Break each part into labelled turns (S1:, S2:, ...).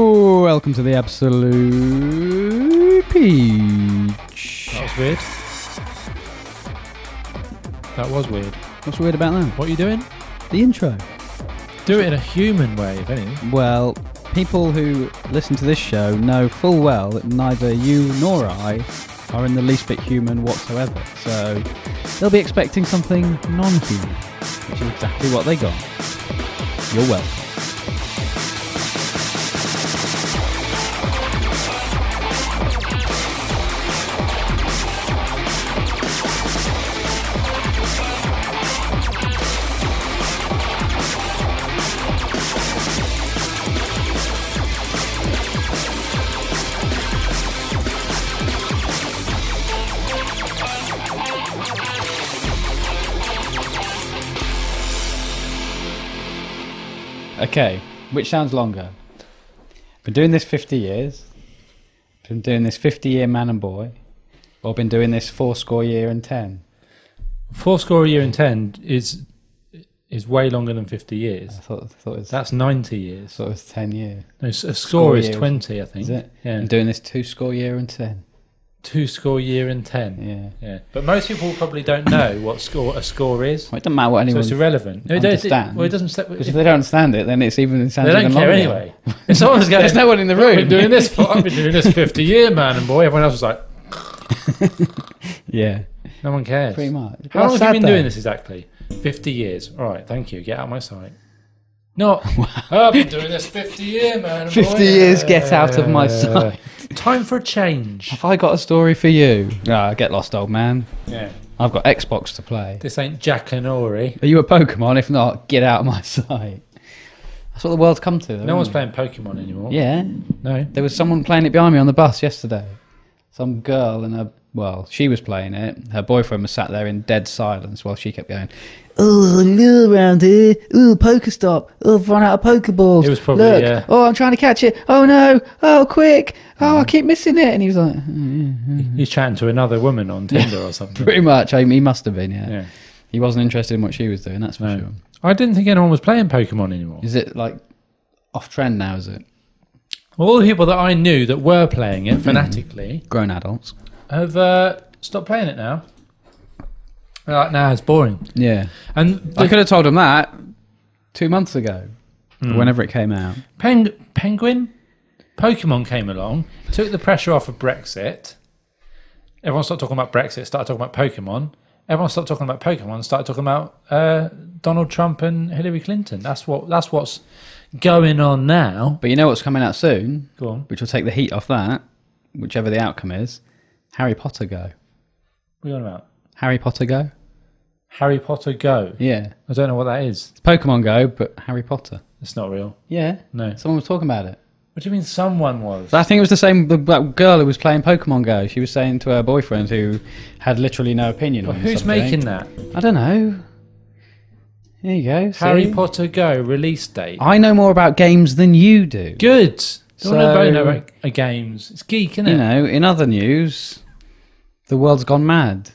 S1: welcome to the Absolute Peach.
S2: That was weird. That was weird.
S1: What's weird about that?
S2: What are you doing?
S1: The intro.
S2: Do it in a human way, if anything.
S1: Well, people who listen to this show know full well that neither you nor I are in the least bit human whatsoever. So they'll be expecting something non-human, which is exactly what they got. You're welcome. Okay, which sounds longer? Been doing this 50 years. Been doing this 50 year man and boy. Or been doing this four score year and ten.
S2: Four score a year and ten is is way longer than fifty years.
S1: I thought, I thought, it, was,
S2: That's ninety years.
S1: thought it was 10 years.
S2: No, s-
S1: Score
S2: a score is
S1: years.
S2: twenty, I think.
S1: Is it?
S2: Yeah.
S1: I'm doing this two score year and ten.
S2: Two score year and ten.
S1: Yeah.
S2: Yeah. But most people probably don't know what score a score is,
S1: Well, it doesn't matter what
S2: so
S1: anyone.
S2: it's irrelevant. No, it does- it-
S1: understand.
S2: well, it doesn't. Set,
S1: Because if they don't understand it, then it's even. It sounds
S2: they don't
S1: even
S2: care
S1: longer.
S2: anyway. If someone's going,
S1: There's no one in the room.
S2: I've been doing this. For, I've been doing this fifty year, man and boy. Everyone else was like,
S1: Yeah,
S2: no one cares.
S1: pretty much.
S2: How long
S1: That's
S2: have you
S1: sad,
S2: been
S1: though.
S2: doing this exactly? 50 years. All right, thank you. Get out of my sight. No, I've been doing this 50 years, man.
S1: 50
S2: boy.
S1: years, get out of my
S2: Uh,
S1: sight.
S2: Time for a change.
S1: Have I got a story for you? Ah, get lost, old man.
S2: Yeah.
S1: I've got Xbox to play.
S2: This ain't Jack and Ori.
S1: Are you a Pokemon? If not, get out of my sight. That's what the world's come to. Though,
S2: No one's
S1: isn't
S2: playing Pokemon anymore.
S1: it? Yeah,
S2: No.
S1: there was someone playing it behind me on the bus yesterday. Some girl and her. Well, she was playing it. Her boyfriend was sat there in dead silence while she kept going. Oh, look around here. Oh, Pokestop. Oh, I've run out of Pokeballs.
S2: It was probably,
S1: look.
S2: yeah.
S1: Oh, I'm trying to catch it. Oh no. Oh, quick. Oh,
S2: Mm.
S1: I keep missing it. And he was like, "Mm, yeah, yeah."
S2: He's chatting to another woman on Tinder or something.
S1: pretty much. I mean, he must have been. Yeah.
S2: Yeah.
S1: He wasn't interested in what she was doing. That's for
S2: No.
S1: sure.
S2: I didn't think anyone was playing Pokemon anymore.
S1: Is it like off trend now? Is it?
S2: All the people that I knew that were playing
S1: Mm-hmm.
S2: it fanatically
S1: grown adults.
S2: have uh, stopped playing it now. They're like, nah, it's boring.
S1: Yeah.
S2: And
S1: I could have told him that two months ago, whenever it came out.
S2: Peng- Penguin, Pokemon came along, took the pressure off of Brexit. Everyone stopped talking about Brexit, started talking about Pokemon. Everyone stopped talking about Pokemon, started talking about uh, Donald Trump and Hillary Clinton. That's what that's what's going on now.
S1: But you know what's coming out soon,
S2: Go on,
S1: which will take the heat off that, whichever the outcome is? Harry Potter Go.
S2: what are you on about?
S1: Harry Potter Go?
S2: Harry Potter Go.
S1: Yeah.
S2: I don't know what that is.
S1: It's Pokemon Go, but Harry Potter.
S2: It's not real.
S1: Yeah.
S2: No.
S1: Someone was talking about it.
S2: What do you mean? Someone was.
S1: I think it was the same the, that girl who was playing Pokemon Go. She was saying to her boyfriend, who had literally no opinion on
S2: Who's
S1: something,
S2: making that?
S1: I don't know. There you go.
S2: Harry
S1: see?
S2: Potter Go release date.
S1: I know more about games than you do.
S2: Good. Don't know about
S1: So-
S2: no about uh, games. It's geek, isn't it?
S1: you know, in other news, the world's gone mad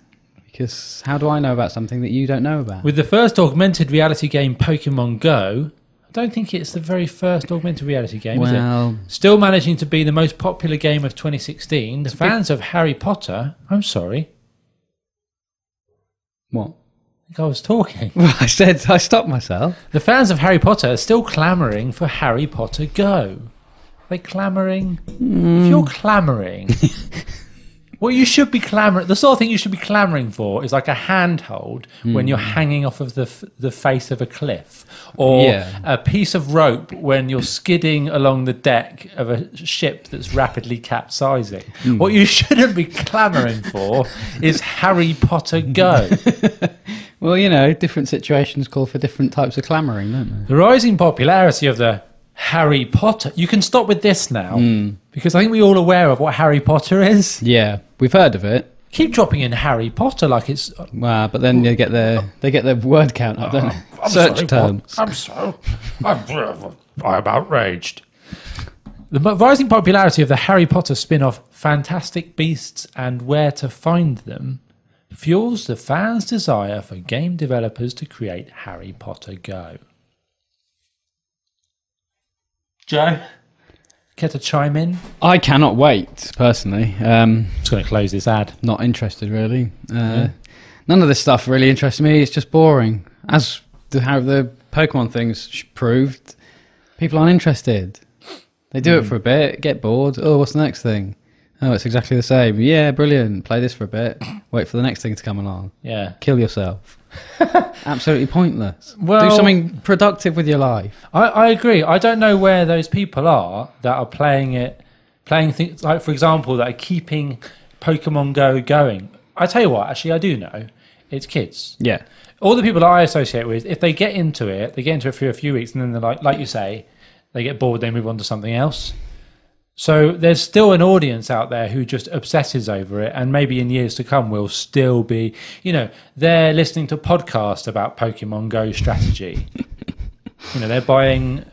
S1: because how do I know about something that you don't know about?
S2: With the first augmented reality game Pokemon Go, I don't think it's the very first augmented reality game, is
S1: well,
S2: it? Still managing to be the most popular game of 2016, the fans of Harry Potter, I'm sorry,
S1: what?
S2: I think I was talking.
S1: Well, I said I stopped myself.
S2: The fans of Harry Potter are still clamouring for Harry Potter Go. Are they clamouring? If you're clamouring, what you should be clamouring, the sort of thing you should be clamouring for is like a handhold when you're hanging off of the, f- the face of a cliff, or
S1: Yeah.
S2: a piece of rope when you're skidding along the deck of a ship that's rapidly capsizing. What you shouldn't be clamouring for is Harry Potter Go.
S1: Well, you know, different situations call for different types of clamouring, don't
S2: The rising popularity of the Harry Potter. You can stop with this now because I think we're all aware of what Harry Potter is.
S1: they? Yeah, we've heard of it.
S2: Keep dropping in Harry Potter like it's.
S1: Wow, but then they get their they get their word count up, don't they? Search terms.
S2: I'm so. I'm, uh, I'm outraged. The mo- rising popularity of the Harry Potter spin off Fantastic Beasts and Where to Find Them fuels the fans' desire for game developers to create Harry Potter Go. Joe? Care to chime in?
S1: I cannot wait, personally. Um,
S2: just going to close this ad.
S1: not interested, really. Uh, None of this stuff really interests me. It's just boring. As the, how the Pokemon things sh- proved, people aren't interested. They do it for a bit, get bored. Oh, what's the next thing? Oh, it's exactly the same. Yeah, brilliant. Play this for a bit. Wait for the next thing to come along.
S2: Yeah.
S1: Kill yourself. Absolutely pointless.
S2: Well-
S1: do something productive with your life.
S2: I, I agree. I don't know where those people are that are playing it, playing things like, for example, that are keeping Pokemon Go going. I tell you what, actually, I do know. It's kids.
S1: Yeah.
S2: All the people that I associate with, if they get into it, they get into it for a few weeks, and then they're like, like you say, they get bored, they move on to something else. So there's still an audience out there who just obsesses over it, and maybe in years to come will still be, you know, they're listening to podcasts about Pokemon Go strategy. you know, they're buying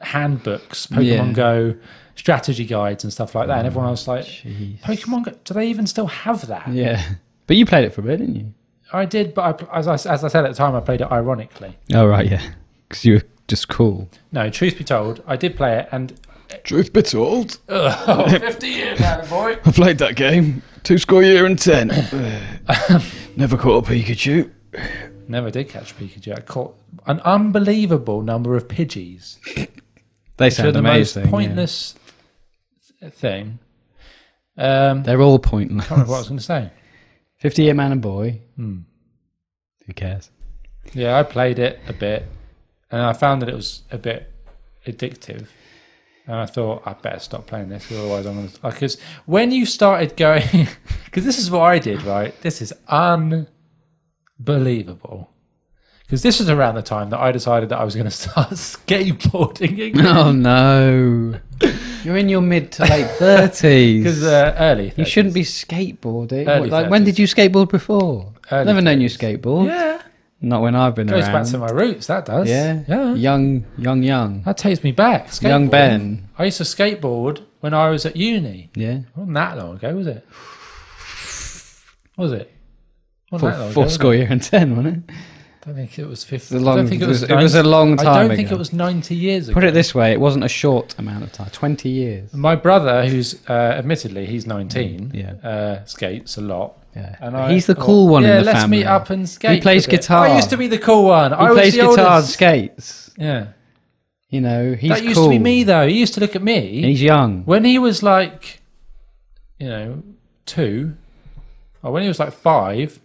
S2: handbooks, Pokemon
S1: Yeah. Mm.
S2: Go strategy guides, and stuff like that. And everyone else like, Pokemon Go, do they even still have that?
S1: Yeah. But you played it for a bit, didn't you?
S2: I did, but I, as, I, as I said at the time, I played it ironically.
S1: Oh, right, yeah. Because you were just cool.
S2: No, truth be told, I did play it, and
S3: Truth be told,
S2: oh, 50 years now, boy.
S3: I played that game. Two score year and ten. Never caught a Pikachu.
S2: Never did catch Pikachu. I caught an unbelievable number of Pidgeys.
S1: They
S2: They're
S1: sound
S2: the
S1: amazing.
S2: most
S1: yeah.
S2: pointless th- thing. Um,
S1: They're all pointless.
S2: I don't know what I was Hmm. going to say.
S1: 50 year man and boy. Who cares?
S2: Yeah, I played it a bit, and I found that it was a bit addictive. And I thought I better stop playing this, 'cause otherwise I'm going to. Because when you started going, because this is what I did, right? This is unbelievable. Because this was around the time that I decided that I was going to start skateboarding again.
S1: Oh no. You're in your mid to late 30s.
S2: Because uh, early,
S1: you shouldn't be skateboarding.
S2: Early
S1: What, like, when
S2: 30s.
S1: did you skateboard before?
S2: Early
S1: Never known you skateboard.
S2: Yeah,
S1: Not when I've been
S2: goes
S1: around.
S2: back to my roots. That does.
S1: yeah.
S2: yeah.
S1: Young, young, young.
S2: That takes me back.
S1: Young
S2: skateboarding.
S1: Ben.
S2: I used to skateboard when I was at uni.
S1: Yeah.
S2: Wasn't that long ago, was it? Was it? Wasn't
S1: Four,
S2: that long ago,
S1: four
S2: was
S1: score year and ten, wasn't it?
S2: it? I don't think it was fifty.
S1: It was a
S2: I
S1: long-
S2: don't think
S1: it was- it was a long
S2: I don't
S1: time
S2: think
S1: ago.
S2: it was ninety years ago.
S1: Put it this way, it wasn't a short amount of time. 20 years.
S2: My brother, who's uh, admittedly he's nineteen,
S1: Mm, Yeah.
S2: uh, skates a lot.
S1: Yeah.
S2: And
S1: He's the
S2: thought,
S1: cool one
S2: yeah,
S1: in the
S2: let's
S1: family.
S2: meet up and skate.
S1: plays
S2: a bit."
S1: guitar.
S2: I used to be the cool one. I
S1: he
S2: was
S1: plays
S2: the
S1: guitar and
S2: oldest.
S1: skates.
S2: Yeah,
S1: You know, he's
S2: that used
S1: cool.
S2: to be me though. He used to look at me
S1: He's young.
S2: when he was like, you know, two, or when he was like five,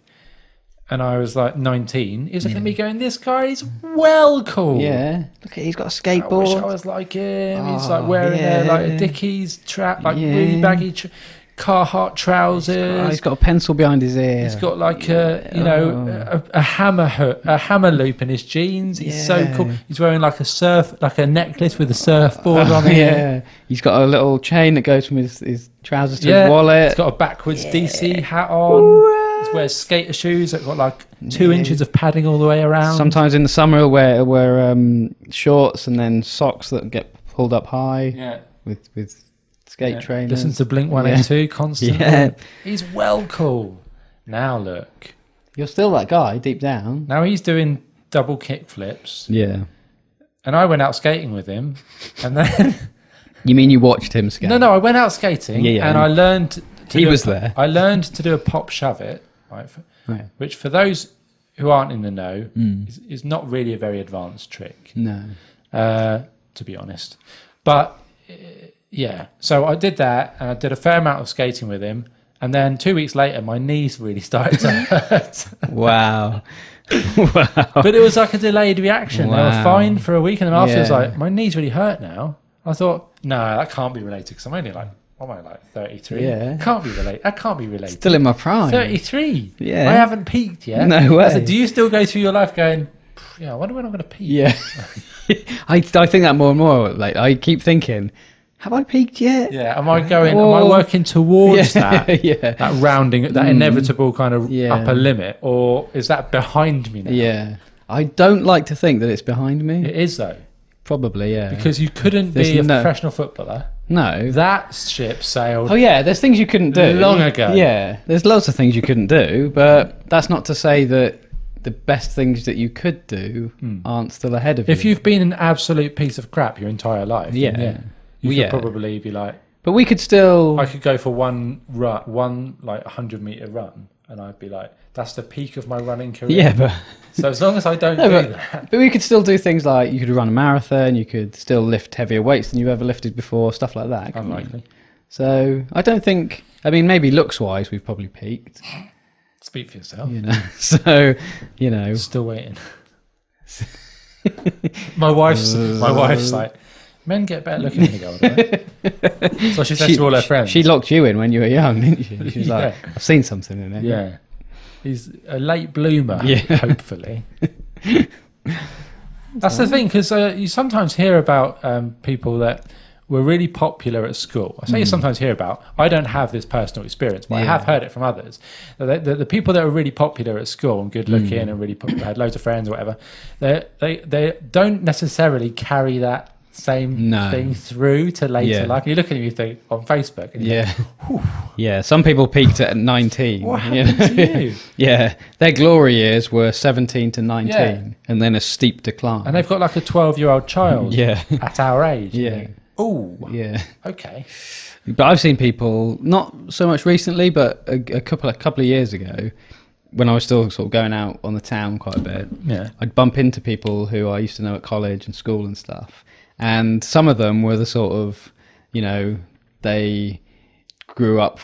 S2: and I was like nineteen, he was looking at me going, "This guy is well cool."
S1: Yeah. Look, he's got a
S2: I wish I
S1: skateboard.
S2: was like him. He's
S1: Oh,
S2: like wearing a, like
S1: yeah.
S2: a Dickies trap, like
S1: Yeah.
S2: really baggy tr- Carhartt
S1: Oh,
S2: trousers.
S1: he's got a pencil behind his ear.
S2: He's got like a you
S1: Oh.
S2: know a, a hammer hook, a hammer loop in his jeans. He's so
S1: Yeah.
S2: cool. He's wearing like a surf, like a necklace with a surfboard on
S1: Oh,
S2: it.
S1: yeah. He's got a little chain that goes from his, his trousers to his
S2: He's
S1: wallet.
S2: got a backwards DC hat on.
S1: Hooray.
S2: He wears skater shoes that got like two inches of padding all the way around.
S1: Sometimes in the summer, he'll wear, he'll wear um, shorts and then socks that get pulled up high
S2: yeah.
S1: with, with skate
S2: yeah.
S1: trainers.
S2: Listens to Blink 182 constantly.
S1: Yeah.
S2: He's well cool. Now look.
S1: You're still that guy deep down.
S2: Now he's doing double kick flips.
S1: Yeah.
S2: And I went out skating with him. And then.
S1: You mean you watched him skate?
S2: no, no, I went out skating
S1: Yeah, yeah.
S2: and I learned. To
S1: He
S2: do a-
S1: was there.
S2: I learned to do a pop shove it, right? for-
S1: Right. Mm.
S2: Which for those who aren't in the know is, is not really a very advanced trick.
S1: No.
S2: uh, to be honest. But uh, yeah, so I did that and I did a fair amount of skating with him. And then two weeks later, my knees really started to hurt.
S1: Wow. wow.
S2: but it was like a delayed reaction. They
S1: Wow.
S2: were fine for a week, and then after it was
S1: Yeah.
S2: like, my knees really hurt now. I thought, no, that can't be related because I'm only like, what am I like 33?
S1: Yeah.
S2: Can't be related. That can't be related.
S1: Still in my prime.
S2: 33.
S1: Yeah.
S2: I haven't peaked yet.
S1: No
S2: I
S1: way.
S2: said, Do you still go through your life going, yeah, I wonder when I'm going to peak?
S1: Yeah. I, I think that more and more. Like, I keep thinking, have I peaked yet?
S2: Yeah, am I going? Am
S1: Or-
S2: I working towards that?
S1: yeah.
S2: That rounding, that inevitable kind of
S1: Hmm. Yeah.
S2: upper limit, or is that behind me now?
S1: Yeah. I don't like to think that it's behind me.
S2: It is though,
S1: Probably, yeah.
S2: because you couldn't
S1: There's
S2: be a
S1: no-
S2: professional footballer.
S1: no.
S2: That ship sailed.
S1: oh yeah, there's things you couldn't do
S2: Long ago.
S1: Yeah, there's lots of things you couldn't do, but that's not to say that the best things that you could do aren't still ahead of
S2: Hmm. If
S1: you.
S2: you've been an absolute piece of crap your entire life, then
S1: Yeah.
S2: yeah. You
S1: Yeah.
S2: could probably be like,
S1: But we could still.
S2: I could go for one run, one like hundred meter run, and I'd be like, that's the peak of my running career.
S1: yeah, but
S2: So as long as I don't
S1: No,
S2: do
S1: but-
S2: that,
S1: but we could still do things like you could run a marathon, you could still lift heavier weights than you've ever lifted before, stuff like that. couldn't you?
S2: unlikely.
S1: So I don't think. I mean, maybe looks wise, we've probably peaked.
S2: Speak for yourself.
S1: You know, so you know,
S2: Still waiting. my wife's my wife's like, men get better looking when they go older. right?" so she said to all her friends,
S1: She locked you in when you were young, didn't she? She was
S2: Yeah.
S1: like, "I've seen something in it."
S2: "Yeah, he's a late bloomer,
S1: Yeah.
S2: hopefully." That's the thing, because uh, you sometimes hear about um, people that were really popular at school. I say you sometimes hear about. I don't have this personal experience, but I
S1: Mm. Yeah.
S2: have heard it from others. The, the, the people that are really popular at school and good looking
S1: Mm.
S2: and really pop- had loads of friends or whatever, they they they don't necessarily carry that same
S1: No.
S2: thing through to later
S1: Yeah.
S2: life. You look at them, you think on Facebook, and you
S1: Yeah. Yeah. Some people peaked at 19.
S2: What
S1: you
S2: happened
S1: know?
S2: to you?
S1: yeah. Their glory years were 17 to 19
S2: Yeah.
S1: and then a steep decline.
S2: and they've got like a twelve-year-old child
S1: yeah.
S2: at our age.
S1: Yeah.
S2: Oh,
S1: yeah.
S2: okay.
S1: But I've seen people, not so much recently, but a, a couple a couple of years ago, when I was still sort of going out on the town quite a bit,
S2: Yeah.
S1: I'd bump into people who I used to know at college and school and stuff. And some of them were the sort of, you know, they grew up,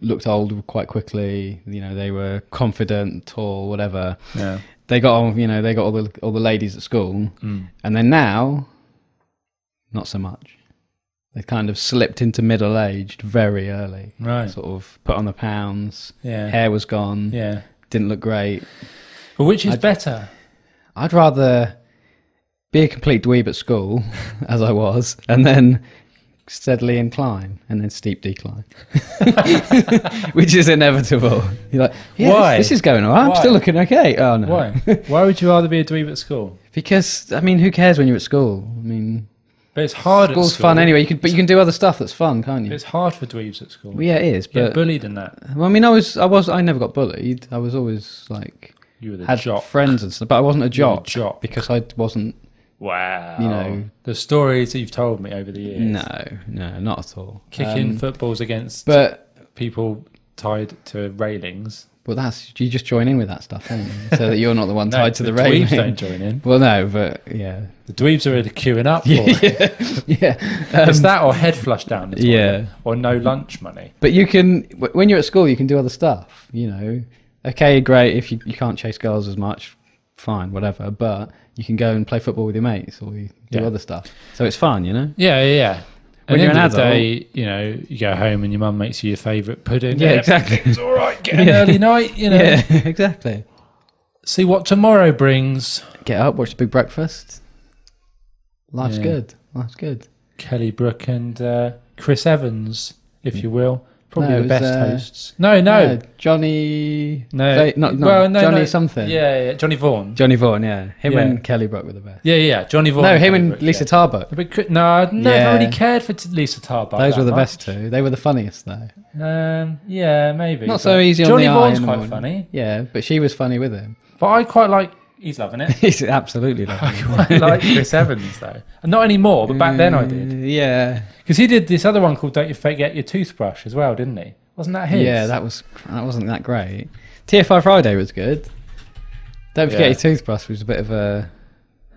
S1: looked old quite quickly. You know, they were confident, tall, whatever.
S2: Yeah.
S1: They got on, you know, they got all the all the ladies at school,
S2: Mm.
S1: and then now, not so much. They kind of slipped into middle aged very early.
S2: Right.
S1: Sort of put on the pounds.
S2: Yeah.
S1: Hair was gone.
S2: Yeah.
S1: Didn't look great.
S2: But which is better?
S1: I'd rather be a complete dweeb at school, as I was, and then steadily incline and then steep decline, which is inevitable. You're like, yeah, this-
S2: Why?
S1: This, is going all right. I'm
S2: Why?
S1: still looking okay. Oh, no.
S2: Why? Why would you rather be a dweeb at school?
S1: Because, I mean, who cares when you're at school? I mean,
S2: But it's hard. at
S1: school's
S2: school.
S1: fun anyway, you can, but you can do other stuff that's fun, can't you?
S2: It's hard for dweebs at school.
S1: Well, yeah, it is.
S2: Get
S1: But
S2: bullied in that.
S1: well, I mean, I was, I was, I never got bullied. I was always like
S2: You were the
S1: had
S2: jock.
S1: friends and stuff, but I wasn't a
S2: You were the
S1: jock,
S2: jock.
S1: because I wasn't.
S2: Wow.
S1: you know.
S2: the stories that you've told me over the years.
S1: No, no, not at all.
S2: Kicking
S1: Um,
S2: footballs against
S1: but
S2: people tied to railings.
S1: Well, that's you just join in with that stuff, don't you? so that you're not the one tied to the,
S2: dweebs
S1: railing.
S2: don't join in.
S1: Well, no, but yeah,
S2: The dweebs are really queuing up for it.
S1: yeah.
S2: It's that or head flush down the toilet
S1: um, Yeah.
S2: or no lunch money.
S1: But you can wh- when you're at school, you can do other stuff. You know, okay, great. If you, you can't chase girls as much, fine, whatever. But you can go and play football with your mates or you do
S2: Yeah.
S1: other stuff. So it's fun, you know.
S2: Yeah, yeah, yeah.
S1: When
S2: At the
S1: you're
S2: end
S1: an
S2: of the day, you know, you go home and your mum makes you your favourite pudding.
S1: Yeah, exactly.
S2: It's all right, get an early night, you know.
S1: Yeah, exactly.
S2: See what tomorrow brings.
S1: Get up, watch the big breakfast. Life's
S2: Yeah.
S1: good. Life's good.
S2: Kelly Brook and uh, Chris Evans, if you will. Probably
S1: No, it
S2: the
S1: was,
S2: best
S1: uh,
S2: hosts. No, no.
S1: Johnny.
S2: No.
S1: Va- not, not
S2: Well, no,
S1: Johnny
S2: no.
S1: something.
S2: Yeah, yeah, Johnny Vaughan.
S1: Johnny Vaughan. Yeah, him
S2: Yeah.
S1: and Kelly Brook were the best.
S2: yeah, yeah, Johnny Vaughan.
S1: no, him
S2: Kelly
S1: and
S2: Brook,
S1: Lisa
S2: yeah.
S1: Tarbuck.
S2: But could- no, I never
S1: Yeah.
S2: really cared for t- Lisa Tarbuck.
S1: Those
S2: that
S1: were the
S2: much.
S1: best two. They were the funniest though.
S2: Um, yeah, maybe.
S1: Not
S2: but
S1: so easy on
S2: Johnny
S1: the eye
S2: Vaughan's
S1: in the
S2: quite
S1: morning.
S2: funny,
S1: Yeah, but she was funny with him.
S2: but I quite like. He's loving it.
S1: He's absolutely lovely.
S2: I like Chris Evans though, and not anymore. But back then I
S1: Mm.
S2: did
S1: Uh, Yeah,
S2: because he did this other one called "Don't You Forget Your Toothbrush" as well, didn't he? Wasn't that his?
S1: yeah. That was that wasn't that great. TFI Friday was good. Don't forget
S2: Yeah.
S1: your toothbrush was a bit of a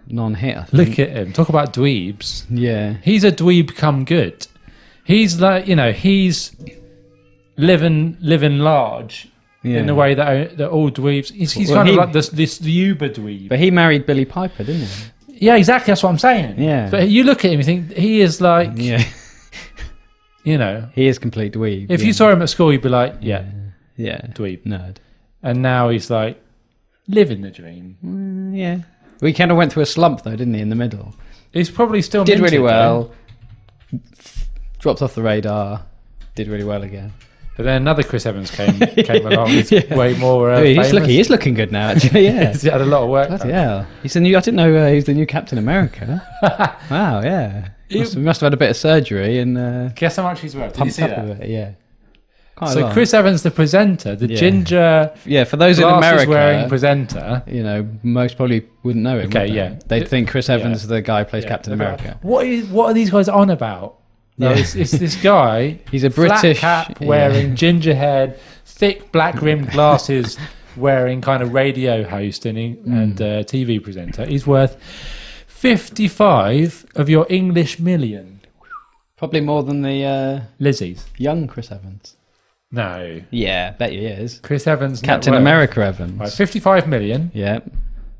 S1: non-hit. I think.
S2: Look at him. Talk about dweebs.
S1: Yeah,
S2: He's a dweeb come good. He's like you know he's living living large
S1: yeah.
S2: in a way that that all dweebs. He's, he's
S1: Well,
S2: kind
S1: he-
S2: of like this this Uber dweeb.
S1: But he married Billy Piper, didn't he?
S2: yeah, exactly. That's what I'm saying.
S1: Yeah.
S2: But you look at him, you think he is like
S1: Yeah,
S2: you know.
S1: he is complete dweeb.
S2: If
S1: yeah.
S2: you saw him at school, you'd be like, yeah,
S1: yeah,
S2: dweeb.
S1: nerd.
S2: And now he's like living the dream.
S1: Mm, yeah, we kind of went through a slump though, didn't he? In the middle.
S2: He's probably still
S1: did really
S2: minted,
S1: well. Dropped off the radar. Did really well again.
S2: though. But then another Chris Evans came came along. He's way more. Uh,
S1: Oh, he's
S2: famous.
S1: looking. He's looking good now. Actually, yeah.
S2: He's had a lot of work.
S1: Bloody
S2: done.
S1: hell. He's the new. I didn't know uh, he was the new Captain America. wow. Yeah. Must, he must have had a bit of surgery and uh,
S2: Guess how much he's worth? Did you
S1: pumped
S2: see
S1: up
S2: that?
S1: a bit. Yeah. Quite a
S2: So
S1: lot.
S2: Chris Evans, the presenter, the
S1: Yeah.
S2: ginger
S1: Yeah. For those in
S2: glasses
S1: America,
S2: wearing presenter.
S1: you know, most probably wouldn't know him. would
S2: Okay,
S1: they?
S2: yeah.
S1: They'd
S2: It-
S1: think Chris Evans, the guy who plays
S2: Yeah,
S1: Captain
S2: they're
S1: America.
S2: like, What is? What are these guys on about? No,
S1: Yeah.
S2: it's, it's this guy.
S1: He's a
S2: flat
S1: British-
S2: cap
S1: yeah.
S2: wearing ginger head, thick black rimmed glasses, wearing kind of radio host and,
S1: Hmm.
S2: and uh, TV presenter. He's worth fifty five of your English million,
S1: Probably more than the uh,
S2: Lizzie's.
S1: young Chris Evans.
S2: No,
S1: Yeah, bet you he is.
S2: Chris Evans, net
S1: Captain
S2: worth.
S1: America Evans.
S2: Right, fifty-five million,
S1: Yeah.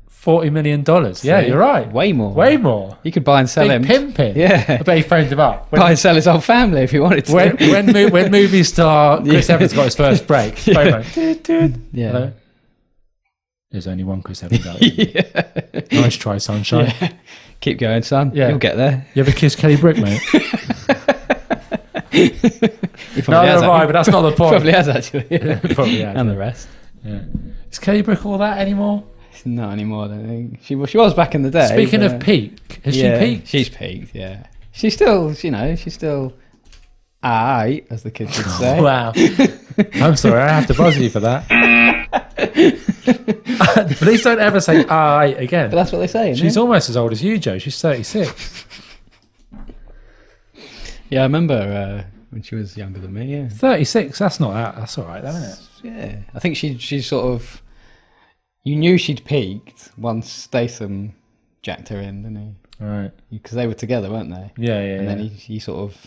S2: forty million dollars. Yeah,
S1: See?
S2: you're right.
S1: Way more.
S2: Way more.
S1: You could buy and sell him.
S2: Big pimping.
S1: Yeah.
S2: I bet he phoned him up. When-
S1: buy and sell his whole family if he wanted to.
S2: when when, mo- when movie star Chris Evans got his first break, phone rang. Doot, doot.
S1: Yeah.
S2: Hello? There's only one Chris Evans. out there. Nice try, sunshine.
S1: Keep going, son.
S2: Yeah.
S1: You'll get there.
S2: You ever kiss Kelly Brick, mate?
S1: He
S2: no,
S1: has,
S2: that's
S1: actually.
S2: right, but that's not the point.
S1: Probably has, actually.
S2: Probably had.
S1: And the rest.
S2: Yeah. Is Kelly Brick all that anymore?
S1: Not anymore, I don't think. She, was- she was back in the day.
S2: Speaking
S1: but-
S2: of peak, has
S1: uh, yeah,
S2: she peaked?
S1: She's peaked, yeah. She's still, you know, she's still aye, as the kids would say.
S2: Wow. I'm sorry, I have to buzz you for that. Uh, Please don't ever say "Ah, I again.
S1: But that's what they say. isn't
S2: She's
S1: it?
S2: almost as old as you, Joe. She's 36.
S1: yeah, I remember uh, when she was younger than me. Yeah,
S2: 36, that's not that. That's all right, though, isn't it?
S1: yeah. I think she she sort of you knew she'd peaked once Statham jacked her in, didn't
S2: All right.
S1: he? Because they were together, weren't they?
S2: Yeah, yeah.
S1: And
S2: yeah.
S1: then he, he sort of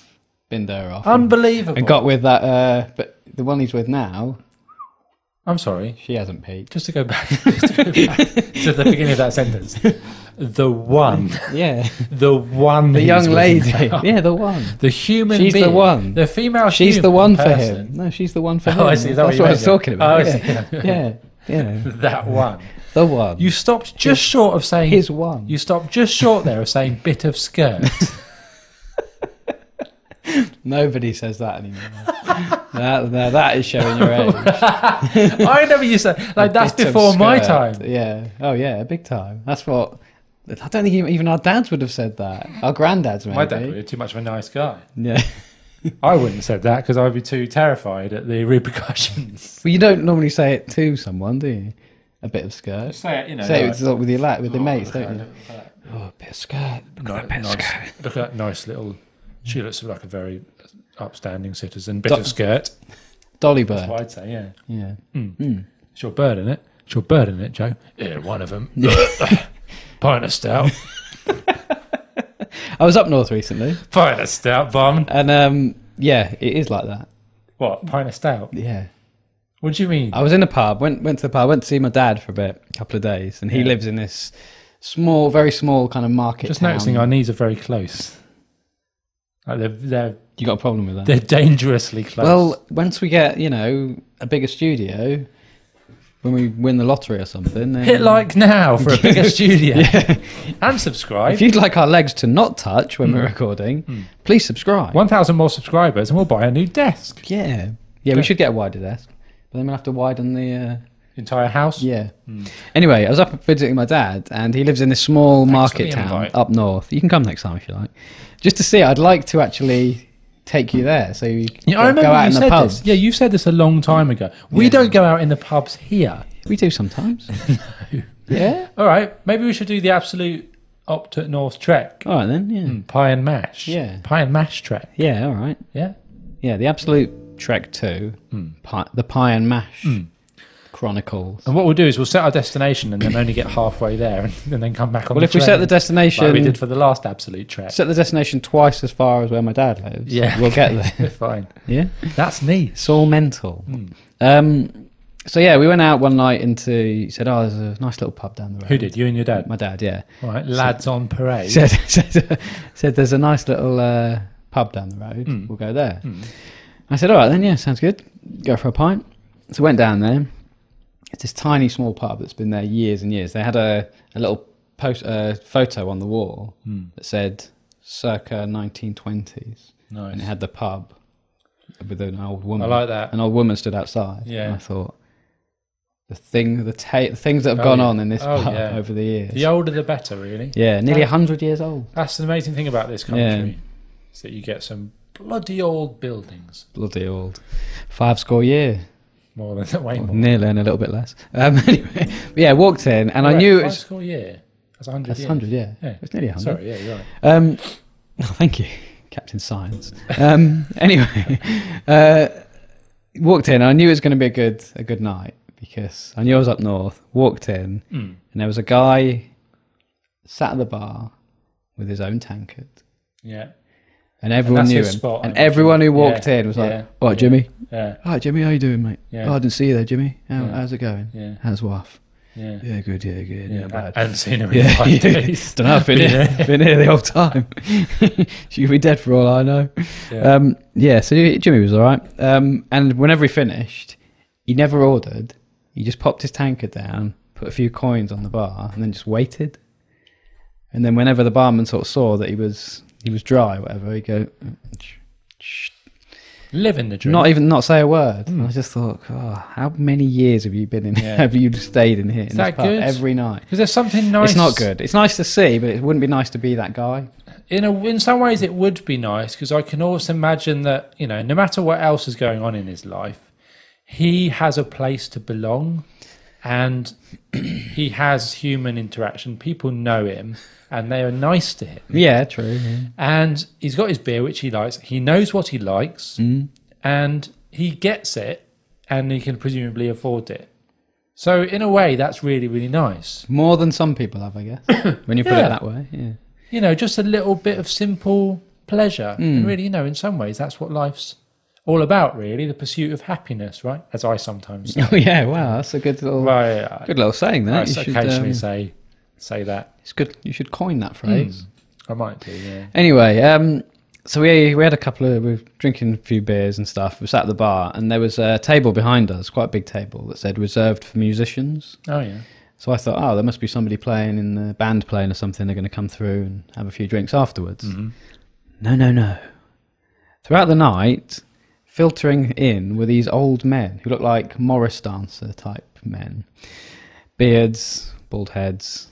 S1: binned her off and,
S2: Unbelievable.
S1: and got with that. Uh, but the one he's with now,
S2: I'm sorry.
S1: she hasn't peaked.
S2: Just to go back, just to, go back to the beginning of that sentence. The one,
S1: Yeah,
S2: the one,
S1: the
S2: he's
S1: young
S2: with
S1: lady.
S2: now.
S1: Yeah, the one.
S2: the human.
S1: She's the
S2: being,
S1: one.
S2: The female.
S1: Oh, She's the
S2: human
S1: one for
S2: person.
S1: him. No, she's the one for him.
S2: Oh, I see. Is that
S1: That's
S2: what you
S1: what I was
S2: meant,
S1: talking
S2: yeah?
S1: about.
S2: Oh, I
S1: yeah.
S2: see.
S1: yeah, yeah,
S2: That one.
S1: the one.
S2: You stopped just short of saying
S1: his one.
S2: You stopped just short there of saying bit of skirt.
S1: Nobody says that anymore. that, that- that is showing your age.
S2: I never used that. Like that's
S1: Bit of
S2: before my
S1: skirt.
S2: time.
S1: Yeah. Oh yeah, big time. That's what. I don't think even our dads would have said that. Our granddads maybe.
S2: My dad was too much of a nice guy.
S1: Yeah.
S2: I wouldn't have said that because I'd be too terrified at the repercussions.
S1: Well, you don't normally say it to someone, do you? A bit of skirt.
S2: Say it, you know.
S1: Say
S2: like- "Oh,
S1: it with your la- with your mates,
S2: look
S1: don't you?
S2: at that, look at that.
S1: Oh, bit of skirt. Look at that
S2: Ni-
S1: bit of
S2: nice,
S1: skirt.
S2: look at that nice little. She looks like a very upstanding citizen. Bit
S1: Do-
S2: of skirt.
S1: Dolly
S2: That's Hmm.
S1: bird.
S2: what I'd say, yeah.
S1: Yeah. Hmm.
S2: It's your bird in it. It's your bird in it, Joe. Yeah, one of them. Pint of stout.
S1: I was up north recently,
S2: Pint of stout, bum.
S1: and um, yeah, it is like that.
S2: What? Pint of stout?
S1: Yeah.
S2: What do you mean?
S1: I was in a pub, went went to the pub, went to see my dad for a bit, a couple of days, and he
S2: Yeah.
S1: lives in this small, very small kind of market.
S2: Just
S1: town.
S2: noticing our knees are very close. Like they're, they're,
S1: you got a problem with that.
S2: they're dangerously close.
S1: well, once we get you know a bigger studio, when we win the lottery or something, then-
S2: hit like now for a bigger studio. And
S1: If
S2: subscribe.
S1: you'd like our legs to not touch when
S2: Hmm.
S1: we're recording, please subscribe.
S2: 1,000 more subscribers and we'll buy a new desk.
S1: Yeah, yeah, we should get a wider desk, but then we'll have to widen the. Uh,
S2: Entire house.
S1: Yeah.
S2: Hmm.
S1: Anyway, I was up visiting my dad, and he lives in this small market
S2: the
S1: town
S2: invite.
S1: up north. You can come next time if you like. Just to see, I'd like to actually take you there. So you
S2: Yeah,
S1: go,
S2: I remember
S1: go out
S2: you
S1: in
S2: said
S1: the pub.
S2: this. Yeah, you said this a long time ago. We don't go out in the pubs here.
S1: We do sometimes. Yeah.
S2: All right, maybe we should do the absolute up to North Trek.
S1: All right then. Yeah.
S2: Pie and mash.
S1: Yeah.
S2: Pie and mash trek.
S1: Yeah. All right.
S2: Yeah.
S1: Yeah. The absolute trek two,
S2: Hmm.
S1: pi- the pie and mash chronicles.
S2: And what we'll do is we'll set our destination and then only get halfway there and, and then come back on
S1: Well,
S2: the
S1: if we set the
S2: train,
S1: destination,
S2: like we did for the last absolute trek.
S1: set the destination twice as far as where my dad lives.
S2: Yeah.
S1: We'll get there.
S2: Fine.
S1: yeah.
S2: That's neat.
S1: It's all mental.
S2: Hmm.
S1: Um, so yeah, we went out one night into. He said, "Oh, there's a nice little pub down the road."
S2: Who did? You and your dad.
S1: My dad, yeah.
S2: All right. Lads on parade.
S1: Said, said, said there's a nice little uh, pub down the road.
S2: Hmm.
S1: We'll go there. I said, "All right then, yeah, sounds good. Go for a pint." So went down there. It's this tiny small pub that's been there years and years. They had a, a little post uh, photo on the wall
S2: Hmm.
S1: that said circa 1920s, and it
S2: nice.
S1: had the pub with an old woman
S2: I like that.
S1: an old woman stood outside.
S2: Yeah.
S1: And I thought, the thing, the ta- things that have
S2: Oh,
S1: gone
S2: yeah.
S1: on in this
S2: Oh,
S1: pub
S2: yeah.
S1: over the years.
S2: The older the better, really.
S1: yeah, nearly a hundred years old.
S2: That's the amazing thing about this country.
S1: Yeah.
S2: Is that you get some bloody old buildings.
S1: Bloody old. Five score year,
S2: More than that, way more.
S1: nearly, and a little bit less. Um, anyway, but yeah, walked in, and I
S2: Right,
S1: knew it
S2: five
S1: was
S2: score year. That's 100
S1: that's
S2: years.
S1: hundred. Yeah,
S2: Yeah.
S1: it's nearly a hundred.
S2: Sorry, yeah, you're right.
S1: Um, oh, thank you. Captain Science. Um, anyway, uh, walked in. I knew it was going to be a good a good night because I knew I was up north. Walked in,
S2: Mm.
S1: and there was a guy sat at the bar with his own tankard,
S2: Yeah.
S1: and everyone
S2: that's
S1: knew him.
S2: his spot, I
S1: and
S2: imagine.
S1: everyone who walked
S2: Yeah,
S1: in was
S2: yeah,
S1: like, "All right, Jimmy.
S2: Yeah.
S3: Hi, Jimmy. How you doing, mate?
S2: Yeah.
S3: Oh, I didn't see you there, Jimmy. How,
S2: Yeah.
S3: How's it going?
S2: Yeah.
S3: How's Waff?
S2: Yeah.
S3: Yeah, good. Yeah, good. Yeah, bad.
S2: I haven't seen him in
S1: Yeah,
S2: five
S1: you do.
S2: days.
S1: Don't know. I've been here, been here the whole time. She'll be dead for all I know."
S2: Yeah.
S1: Um, yeah, so Jimmy was all right. Um, and whenever he finished, he never ordered. He just popped his tankard down, put a few coins on the bar, and then just waited. And then whenever the barman sort of saw that he was he was dry, or whatever, he'd go, "Mm, "Shh, shh,"
S2: Living the dream.
S1: not even not say a word. And I just thought, God, how many years have you been in?
S2: Hmm. Yeah.
S1: have you stayed in here? in
S2: that
S1: this pub
S2: good?
S1: every night.
S2: Because there's something nice.
S1: It's not good. It's nice to see, but it wouldn't be nice to be that guy.
S2: In a, in some ways, it would be nice because I can always imagine that you know, no matter what else is going on in his life, he has a place to belong, and he has human interaction. People know him, and they are nice to him.
S1: Yeah, true. yeah.
S2: And he's got his beer, which he likes. He knows what he likes, and he gets it, and he can presumably afford it. So, in a way, that's really, really nice.
S1: More than some people have, I guess. when you put
S2: Yeah.
S1: it that way, yeah.
S2: You know, just a little bit of simple pleasure.
S1: Hmm.
S2: And really, you know, in some ways, that's what life's all about, really the pursuit of happiness, right? As I sometimes say.
S1: Oh yeah, wow, that's a good little
S2: right, I,
S1: good little saying
S2: I
S1: there. You should,
S2: occasionally Hmm.
S1: um,
S2: say, say that.
S1: it's good. You should coin that phrase.
S2: I might do, yeah.
S1: Anyway, um, so we we had a couple of we were drinking a few beers and stuff. We sat at the bar, and there was a table behind us, quite a big table that said reserved for musicians.
S2: Oh, yeah.
S1: So I thought, oh, there must be somebody playing in the band playing or something. They're going to come through and have a few drinks afterwards. No, no, no. Throughout the night, filtering in were these old men who looked like Morris dancer type men, beards, bald heads,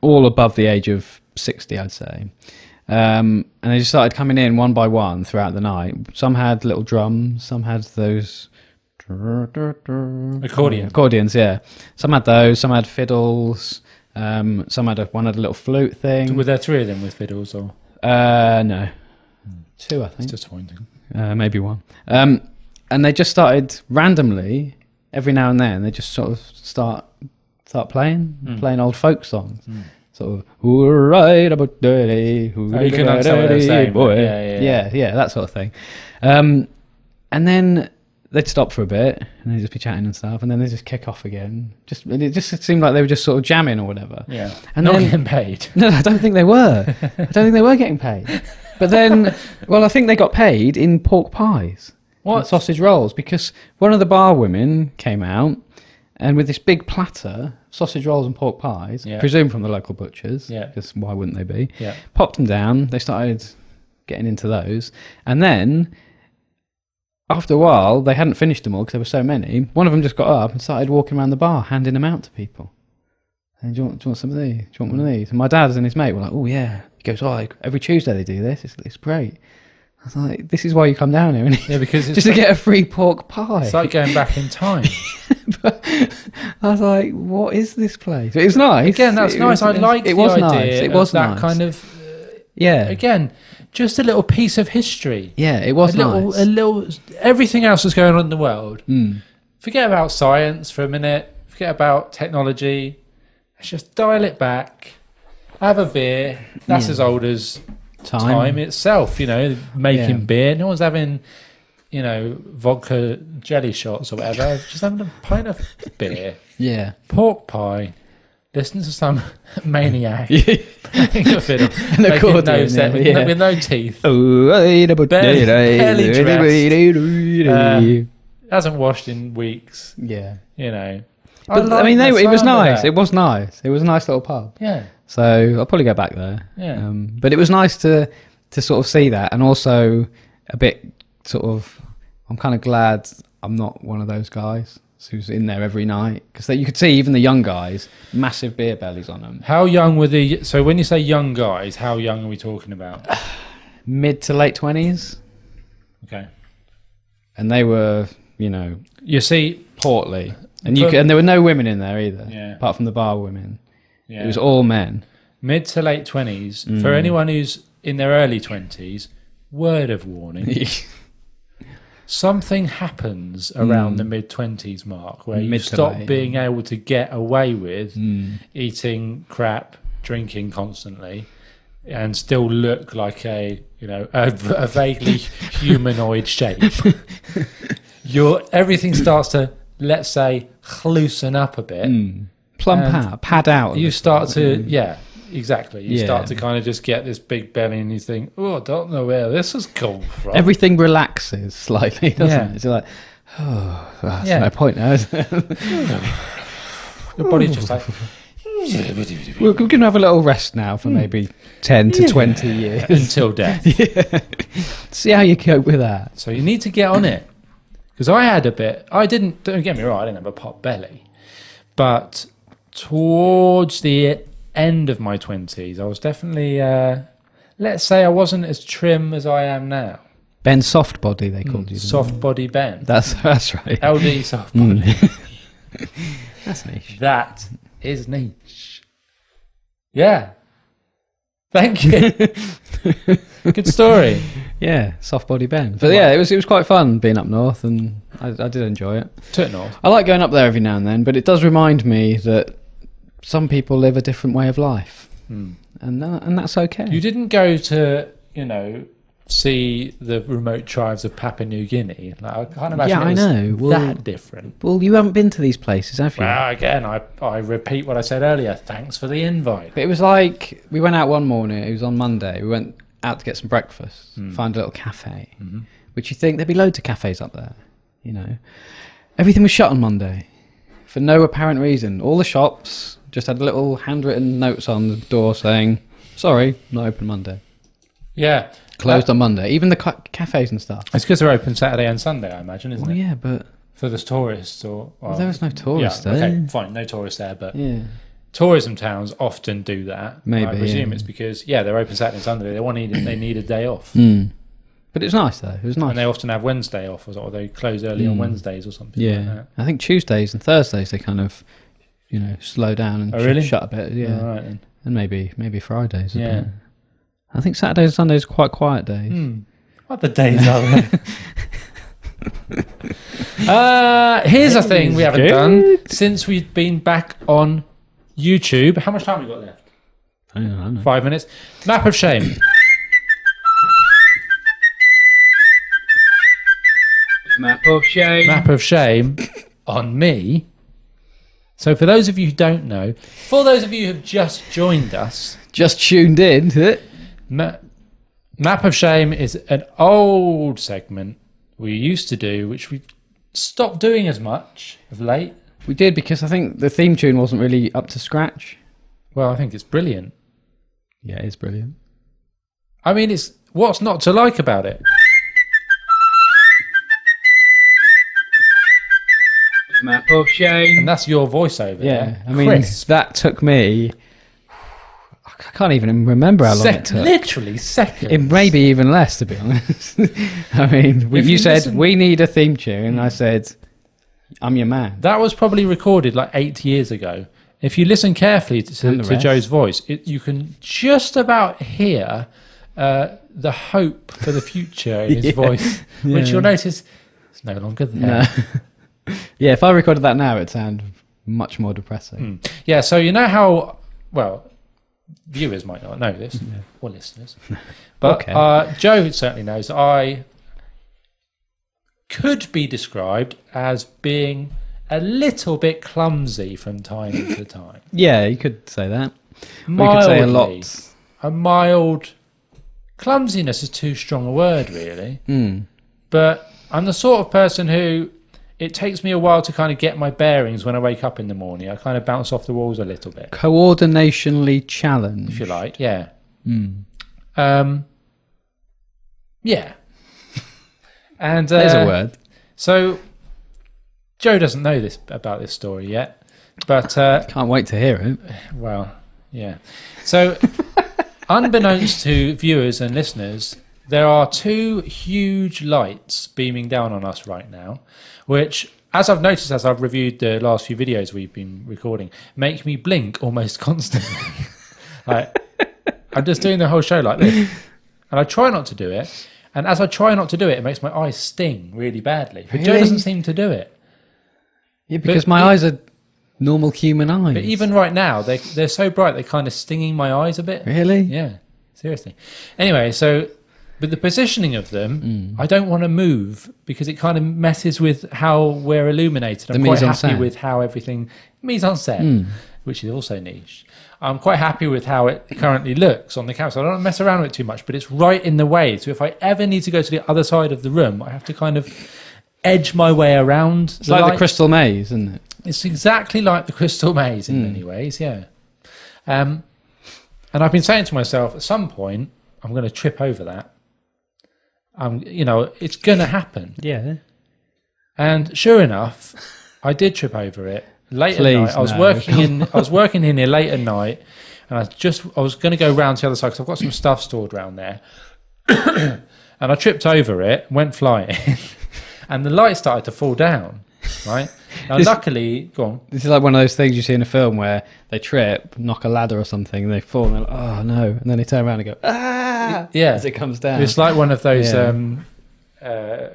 S1: all above the age of sixty, I'd say. Um, and they just started coming in one by one throughout the night. Some had little drums, some had those
S2: Accordion.
S1: accordions. Yeah, some had those, some had fiddles, um, some had a, one had a little flute thing.
S2: Were there three of them with fiddles, or?
S1: uh, no, two I think,
S2: It's disappointing.
S1: uh, maybe one. Um, and they just started randomly every now and then. They just sort of start start playing
S2: Hmm.
S1: playing old folk songs. Sort of, who right about dirty, who
S2: Oh, you can understand what they're saying,
S1: boy.
S2: but yeah, yeah, yeah.
S1: yeah, yeah, that sort of thing. Um, and then they'd stop for a bit and they'd just be chatting and stuff, and then they'd just kick off again. Just and it just seemed like they were just sort of jamming or whatever.
S2: Yeah.
S1: And
S2: Not
S1: then-
S2: getting paid.
S1: No, I don't think they were. I don't think they were getting paid. But then, well, I think they got paid in pork pies, and
S2: What?
S1: sausage rolls, because one of the bar women came out and with this big platter, sausage rolls and pork pies,
S2: Yeah.
S1: presumed from the local butchers,
S2: Yeah.
S1: because why wouldn't they be?
S2: Yeah.
S1: Popped them down. They started getting into those, and then. After a while, they hadn't finished them all because there were so many. One of them just got up and started walking around the bar, handing them out to people. And do you, want, do you want some of these? Do you want one of these? And my dad and his mate were like, oh, yeah. He goes, oh, like, every Tuesday they do this. It's, it's great. I was like, this is why you come down here, innit?
S2: Yeah, because it's
S1: Just to get a free pork pie.
S2: It's like going back in time.
S1: I was like, what is this place? It was nice.
S2: Again, that's
S1: It
S2: nice.
S1: was-
S2: I like
S1: It
S2: the
S1: was
S2: idea
S1: nice. It was
S2: of that
S1: nice.
S2: kind of
S1: Yeah.
S2: again, just a little piece of history.
S1: Yeah, it
S2: A
S1: was
S2: little,
S1: nice. Hmm.
S2: a little. Everything else that's going on in the world. Forget about science for a minute. Forget about technology. Let's just dial it back. Have a beer. That's as old as
S1: time.
S2: time, itself. You know, making
S1: Yeah.
S2: beer. No one's having, you know, vodka jelly shots or whatever. just having a pint of beer
S1: Yeah.
S2: pork pie. Listen to some maniac playing a fiddle,
S1: An
S2: making no
S1: accordion,
S2: set-
S1: yeah,
S2: with,
S1: yeah.
S2: with no teeth, Barely- Uh, barely
S1: yeah.
S2: dressed. hasn't washed in weeks.
S1: Yeah.
S2: You know,
S1: But, I, mean, they,
S2: the
S1: it was
S2: sound of
S1: nice.
S2: that.
S1: It was nice. It was a nice little pub.
S2: yeah,
S1: So I'll probably go back there.
S2: Yeah.
S1: Um, but it was nice to to sort of see that, and also a bit sort of. I'm kind of glad I'm not one of those guys who's in there every night because you could see even the young guys, massive beer bellies on them,
S2: how young were the? So when you say young guys, how young are we talking about?
S1: mid to late twenties,
S2: Okay,
S1: and they were you know
S2: you see,
S1: portly, and you
S2: For-
S1: could, and there were no women in there either,
S2: Yeah.
S1: apart from the bar women.
S2: yeah,
S1: It was all Mm. men.
S2: mid to late twenties for anyone who's in their early twenties. Word of warning. Something happens around the mid 20s mark where you
S1: Mm. Mid to
S2: stop
S1: late.
S2: being able to get away with eating crap, drinking constantly, and still look like a, you know, a, a vaguely humanoid shape. Your everything starts to, let's say, loosen up a
S1: Mm.
S2: bit.
S1: Plump
S2: And
S1: out, pad out.
S2: You start to, yeah, exactly. You
S1: Yeah.
S2: start to kind of just get this big belly, and you think, "Oh, I don't know where this has come from."
S1: Everything relaxes slightly, doesn't
S2: Yeah.
S1: it? It's like, oh, that's
S2: Yeah.
S1: no point now, is it?
S2: Your body's just like,
S1: We're, we're going to have a little rest now for maybe 10 to 20 years.
S2: until death.
S1: See how you cope with that.
S2: So you need to get on it. Because I had a bit, I didn't, don't get me wrong, I didn't have a pot belly. But towards the end of my 20s, I was definitely, uh, let's say I wasn't as trim as I am now.
S1: Ben Softbody, they called you. didn't
S2: Soft body
S1: they?
S2: bend.
S1: That's, that's right.
S2: LD soft body.
S1: Mm. that's niche.
S2: That is niche. Yeah. Thank you. Good story.
S1: Yeah, soft body Ben. But yeah, it was it was quite fun being up north, and I, I did enjoy it.
S2: Turn off.
S1: I like going up there every now and then, but it does remind me that some people live a different way of life, and that, and that's okay.
S2: You didn't go to, you know, see the remote tribes of Papua New Guinea. Like, I can't imagine
S1: Yeah,
S2: it
S1: I
S2: was
S1: know. Well-
S2: that different.
S1: well, you haven't been to these places, have you?
S2: Well, again, I, I repeat what I said earlier. Thanks for the invite.
S1: But it was like we went out one morning. It was on Monday. We went out to get some breakfast,
S2: Hmm.
S1: find a little cafe,
S2: Mm-hmm.
S1: which you think there'd be loads of cafes up there. You know, everything was shut on Monday for no apparent reason. All the shops just had little handwritten notes on the door saying, "Sorry, not open Monday.
S2: Yeah.
S1: Closed on Monday." Even the ca- cafes and stuff.
S2: It's because they're open Saturday and Sunday, I imagine, isn't
S1: Well,
S2: it?
S1: yeah, but
S2: For the tourists or. Well,
S1: there was no tourists
S2: yeah,
S1: there.
S2: Okay, fine. No tourists there, but
S1: Yeah.
S2: tourism towns often do that. I
S1: Maybe,
S2: presume
S1: yeah.
S2: it's because, yeah, they're open Saturday and Sunday. They, want need, they need a day off.
S1: But it was nice though. It was nice.
S2: Hmm. And they often have Wednesday off, or they close early on Wednesdays or something like
S1: Mm. yeah,
S2: that.
S1: I think Tuesdays and Thursdays they kind of, you know, slow down and
S2: Oh,
S1: sh-
S2: really?
S1: shut a bit. Yeah.
S2: All right, then.
S1: and maybe maybe Fridays. a
S2: Yeah. Hmm.
S1: bit. I think Saturdays and Sundays are quite quiet days.
S2: What the days are there? uh, here's a thing we haven't done since we've been back on YouTube. How much time we got left?
S1: I don't know, I don't know.
S2: Five minutes. Map of shame.
S1: Map of shame.
S2: Map of shame on me. So, for those of you who don't know, for those of you who have just joined us,
S1: Just tuned in. is it?
S2: Ma- Map of Shame is an old segment we used to do, which we stopped doing as much of late.
S1: We did because I think the theme tune wasn't really up to scratch.
S2: Well, I think it's brilliant.
S1: Yeah, it's brilliant.
S2: I mean, it's what's not to like about it?
S1: Map of shame.
S2: And that's your voiceover.
S1: Yeah,
S2: there.
S1: I mean
S2: Chris,
S1: that took me. I can't even remember how long
S2: sec-
S1: it took.
S2: literally seconds.
S1: It may be even less, to be honest. I mean,
S2: If
S1: if you
S2: you
S1: said
S2: listen-
S1: we Hmm. need a theme tune, I said, "I'm your man."
S2: that was probably recorded like eight years ago. If you listen carefully to,
S1: And
S2: to,
S1: the rest.
S2: Joe's voice, it, you can just about hear uh, the hope for the future in his voice, which
S1: Yeah.
S2: you'll notice it's no longer there.
S1: No. yeah, if I recorded that now, it'd sound much more depressing.
S2: Yeah, so you know how well viewers might not know this or listeners, but
S1: Okay.
S2: uh, Joe certainly knows. that I could be described as being a little bit clumsy from time to time.
S1: Yeah, you could say that. We could
S2: Mildly,
S1: say a lot.
S2: A mild clumsiness is too strong a word, really.
S1: Hmm.
S2: But I'm the sort of person who it takes me a while to kind of get my bearings when I wake up in the morning. I kind of bounce off the walls a little bit.
S1: Coordinationally
S2: if
S1: challenged.
S2: you like. Yeah.
S1: Hmm.
S2: Um. Yeah. and uh,
S1: There's a word.
S2: So Joe doesn't know this about this story yet, but uh,
S1: Can't wait to hear it.
S2: well, yeah. So unbeknownst to viewers and listeners, there are two huge lights beaming down on us right now, which. As I've noticed as I've reviewed the last few videos we've been recording, make me blink almost constantly. like, I'm just doing the whole show like this. And I try not to do it. And as I try not to do it, it makes my eyes sting really badly. But Joe
S1: Really?
S2: doesn't seem to do it.
S1: Yeah, because
S2: But
S1: my
S2: e-
S1: eyes are normal human eyes.
S2: But even right now, they they're so bright they're kind of stinging my eyes a bit.
S1: really,
S2: Yeah, seriously. Anyway, so with the positioning of them,
S1: Mm.
S2: I don't want to move because it kind of messes with how we're illuminated. I'm
S1: The
S2: quite happy
S1: mise-en-scène.
S2: with how everything mise en
S1: Mm.
S2: scène, which is also niche. I'm quite happy with how it currently looks on the camera. So I don't wanna mess around with it too much, but it's right in the way. So if I ever need to go to the other side of the room, I have to kind of edge my way around.
S1: it's like
S2: light.
S1: the crystal maze, isn't it?
S2: It's exactly like the Crystal Maze
S1: Hmm.
S2: in many ways, yeah. Um, and I've been saying to myself, at some point, I'm going to trip over that. Um, you know, it's going to happen.
S1: Yeah.
S2: And sure enough, I did trip over it late
S1: Please,
S2: at night. I was
S1: no.
S2: working in I was working in here late at night, and I just I was going to go round to the other side because I've got some stuff stored round there. and I tripped over it, went flying, and the light started to fall down. Right now,
S1: This-
S2: luckily, go on.
S1: This is like one of those things you see in a film where they trip, knock a ladder or something, and they fall, and they're like, oh no. And then they turn around and go, ah,
S2: Yeah.
S1: as it comes down.
S2: It's like one of those
S1: Yeah.
S2: um, uh,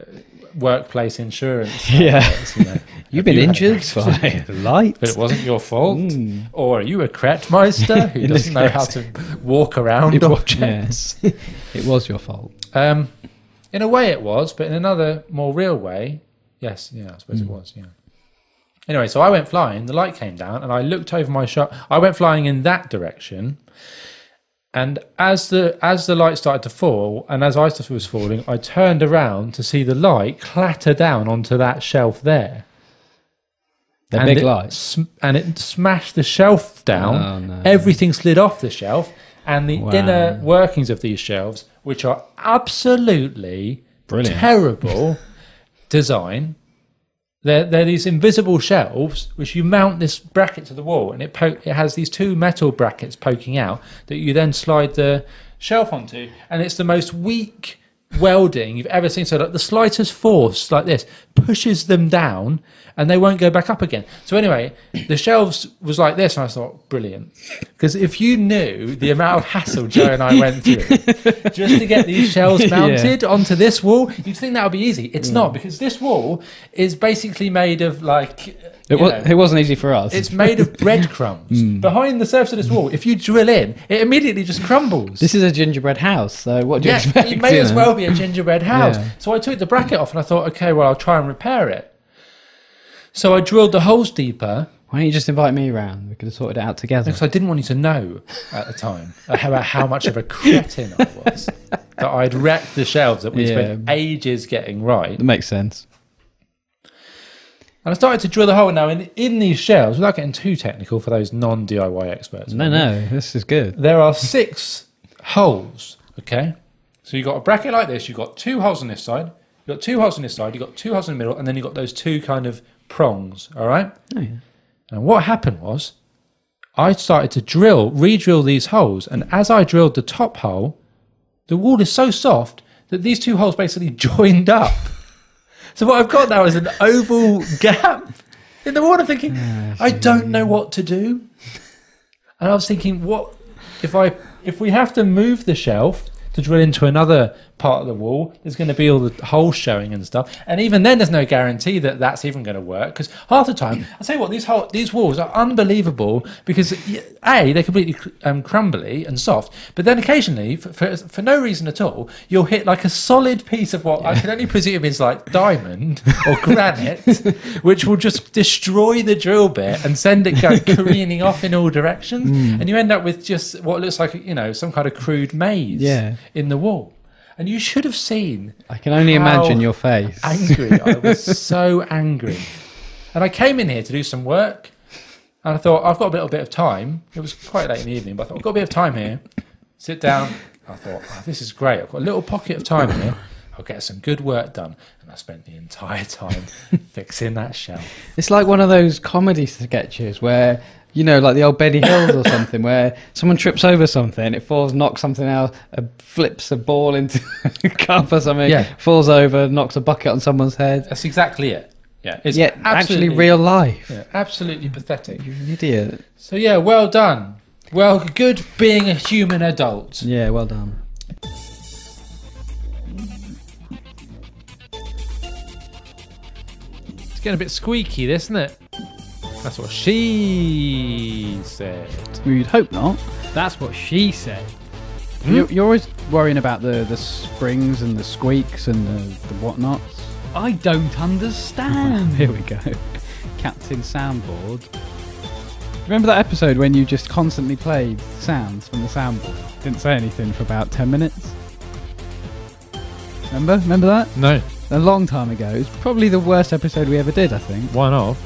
S2: workplace insurance.
S1: yeah.
S2: you know.
S1: You've been
S2: "Oh, You had
S1: injured by light.
S2: But it wasn't your fault.
S1: Mm.
S2: Or are you a Kratmeister who
S1: In this
S2: doesn't know how to walk around
S1: It wa-
S2: objects?
S1: It was your fault.
S2: Um, in a way, it was, but in another, more real way, yes, yeah, I suppose it was, yeah. Anyway, so I went flying. The light came down, and I looked over my shot. I went flying in that direction, and as the as the light started to fall, and as I was falling, I turned around to see the light clatter down onto that shelf there.
S1: They're
S2: And
S1: big
S2: it
S1: lights.
S2: sm- and it smashed the shelf down.
S1: Oh, no.
S2: Everything slid off the shelf, and the
S1: Wow.
S2: inner workings of these shelves, which are absolutely
S1: Brilliant.
S2: terrible design. They're, they're these invisible shelves which you mount this bracket to the wall, and it po- it has these two metal brackets poking out that you then slide the shelf onto, and it's the most weak welding you've ever seen. So like the slightest force like this pushes them down, and they won't go back up again. So anyway, the shelves was like this, and I thought brilliant because if you knew the amount of hassle Joe and I went through just to get these shells mounted onto this wall, you'd think that would be easy.
S1: Hmm.
S2: It's not because this wall is basically made of like
S1: It,
S2: you
S1: was,
S2: know,
S1: it wasn't easy for us.
S2: it's made of breadcrumbs
S1: Hmm.
S2: behind the surface of this wall. If you drill in, it immediately just crumbles.
S1: this is a gingerbread house, so what do you
S2: yeah,
S1: expect?
S2: it may
S1: you
S2: as
S1: know?
S2: well be a gingerbread house.
S1: Yeah.
S2: So I took the bracket off and I thought, okay, well, I'll try and repair it. So I drilled the holes deeper
S1: Why don't you just invite me round? We could have sorted it out together.
S2: because I didn't want you to know at the time about how much of a cretin I was that I'd wrecked the shelves that we
S1: Yeah.
S2: spent ages getting right.
S1: That makes sense.
S2: And I started to drill the hole now in, in these shelves without getting too technical for those non DIY experts.
S1: No, no, this is good.
S2: There are six holes, okay? So you've got a bracket like this, you've got two holes on this side, you've got two holes on this side, you've got two holes in the middle, and then you've got those two kind of prongs, all right?
S1: Oh, yeah.
S2: And what happened was I started to drill, re-drill these holes, and as I drilled the top hole, the wall is so soft that these two holes basically joined up. so what I've got now is an oval gap in the wall. I'm thinking, I don't know what to do. And I was thinking, what if I if we have to move the shelf to drill into another part of the wall? There's going to be all the holes showing and stuff, and even then, there's no guarantee that that's even going to work because half the time, I tell you what, these whole, these walls are unbelievable because y- a they're completely cr- um, crumbly and soft, but then occasionally, for, for for no reason at all, you'll hit like a solid piece of what I can only presume is like diamond or granite, which will just destroy the drill bit and send it go careening off in all directions. And you end up with just what looks like, you know, some kind of crude maze
S1: Yeah.
S2: in the wall. And you should have seen
S1: I can only
S2: How
S1: imagine your face.
S2: angry. I was so angry. And I came in here to do some work. And I thought, I've got a little bit of time. It was quite late in the evening, but I thought, I've got a bit of time here. Sit down. I thought, oh, this is great. I've got a little pocket of time here. I'll get some good work done. And I spent the entire time fixing that shell.
S1: It's like one of those comedy sketches where you know, like the old Benny Hills or something, where someone trips over something, it falls, knocks something out, uh, flips a ball into a cup or something,
S2: Yeah.
S1: falls over, knocks a bucket on someone's head.
S2: That's exactly it. Yeah, it's
S1: Yet actually
S2: absolutely-
S1: real life.
S2: yeah, absolutely pathetic.
S1: You're an idiot.
S2: So, yeah, well done. Well, good being a human adult.
S1: Yeah, well done.
S2: It's getting a bit squeaky, this, isn't it? That's what she said.
S1: Well, you'd hope not. That's what she said. You, you're always worrying about the, the springs and the squeaks and the, the whatnots. I don't understand. Here we go. Captain Soundboard. Remember that episode when you just constantly played sounds from the soundboard? Didn't say anything for about 10 minutes? Remember? Remember that?
S2: No,
S1: A long time ago. It was probably the worst episode we ever did, I think.
S2: one off.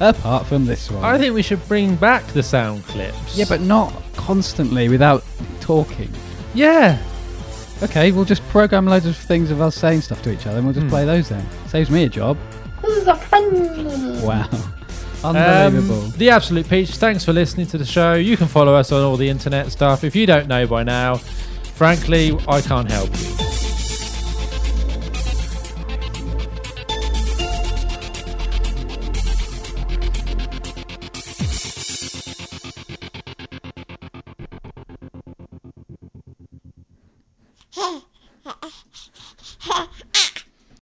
S1: Apart from this one.
S2: I think we should bring back the sound clips.
S1: Yeah, but not constantly without talking.
S2: yeah,
S1: Okay, we'll just program loads of things of us saying stuff to each other and we'll just
S2: Hmm.
S1: play those then. Saves me a job.
S4: This is a friendly.
S1: Wow. Unbelievable.
S2: Um, the Absolute Peach, thanks for listening to the show. You can follow us on all the internet stuff. If you don't know by now, frankly, I can't help you.